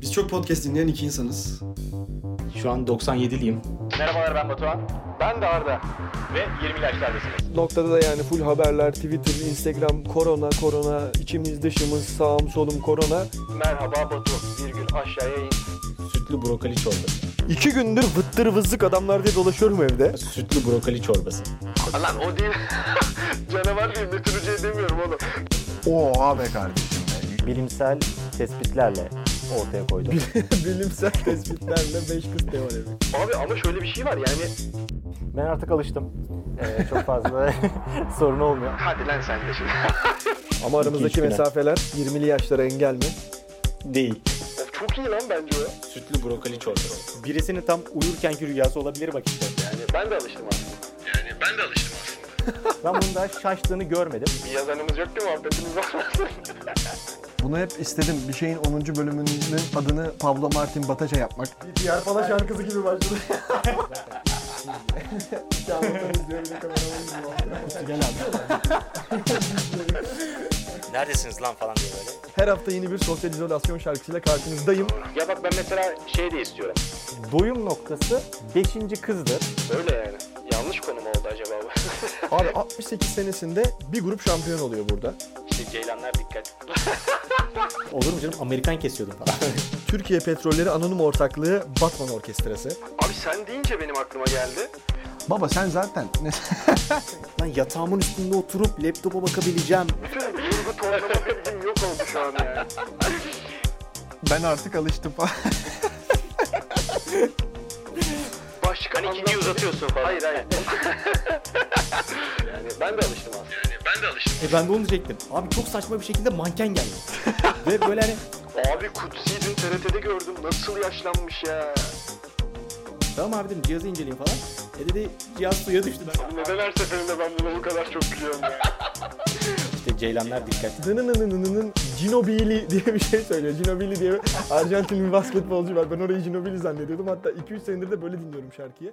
Biz çok podcast dinleyen iki insanız. Şu an 97'liyim. Merhabalar ben Batuhan. Ben de Arda. Ve 20 yaşlardasınız. noktada da yani full haberler, Twitter, Instagram, korona, korona, içimiz dışımız, sağım solum korona. Merhaba Batu. Virgül aşağıya in. Sütlü brokoli çorbası. İki gündür vıttır vızlık adamlar diye dolaşıyorum evde. Sütlü brokoli çorbası. Lan o değil. Canavar değil. Ne türüce demiyorum oğlum. Oha be kardeşim be. bilimsel tespitlerle ortaya koydum. Bilimsel tespitlerle 5 kız teoremi. Abi ama şöyle bir şey var yani. Ben artık alıştım. Ee, çok fazla sorun olmuyor. Hadi lan sen de şimdi. Ama aramızdaki güne. mesafeler 20'li yaşlara engel mi? Değil. Of, çok iyi lan bence o. Sütlü brokoli çorbası. Birisinin tam uyurkenki rüyası olabilir bak işte. Yani ben de alıştım aslında. Yani ben de alıştım aslında. Ben bunu daha şaştığını görmedim. Bir yazanımız yok ki muhabbetimiz var mı? Bunu hep istedim. Bir şeyin 10. bölümünün adını Pablo Martin Bataca yapmak. neredesiniz lan falan diye böyle. Her hafta yeni bir sosyal izolasyon şarkısıyla karşınızdayım. ya bak ben mesela şey de istiyorum. Doyum noktası 5. kızdır. Öyle yani. Yanlış konu mu oldu acaba bu? Abi 68 senesinde bir grup şampiyon oluyor burada. işte ceylanlar dikkat. Olur mu canım? Amerikan kesiyordum falan. Türkiye Petrolleri Anonim Ortaklığı Batman Orkestrası. Abi sen deyince benim aklıma geldi. Baba sen zaten Lan yatağımın üstünde oturup laptopa bakabileceğim. Bütün vurgu toplama bilgim yok oldu şu an yani. ben artık alıştım. Başka hani ikinciyi uzatıyorsun falan. Hayır hayır. yani ben de alıştım aslında. Yani ben de alıştım. E ben de onu diyecektim. Abi çok saçma bir şekilde manken geldi. Ve böyle hani Abi Kutsi'yi dün TRT'de gördüm. Nasıl yaşlanmış ya. tamam abi dedim cihazı inceleyeyim falan. E dedi cihaz suya düştü. Ben Neden her seferinde ben buna bu kadar çok gülüyorum ya. işte ceylanlar dikkat. Dınınınınının Ginobili diye bir şey söylüyor. Ginobili diye bir Arjantinli bir basketbolcu var. Ben orayı Ginobili zannediyordum. Hatta 2-3 senedir de böyle dinliyorum şarkıyı.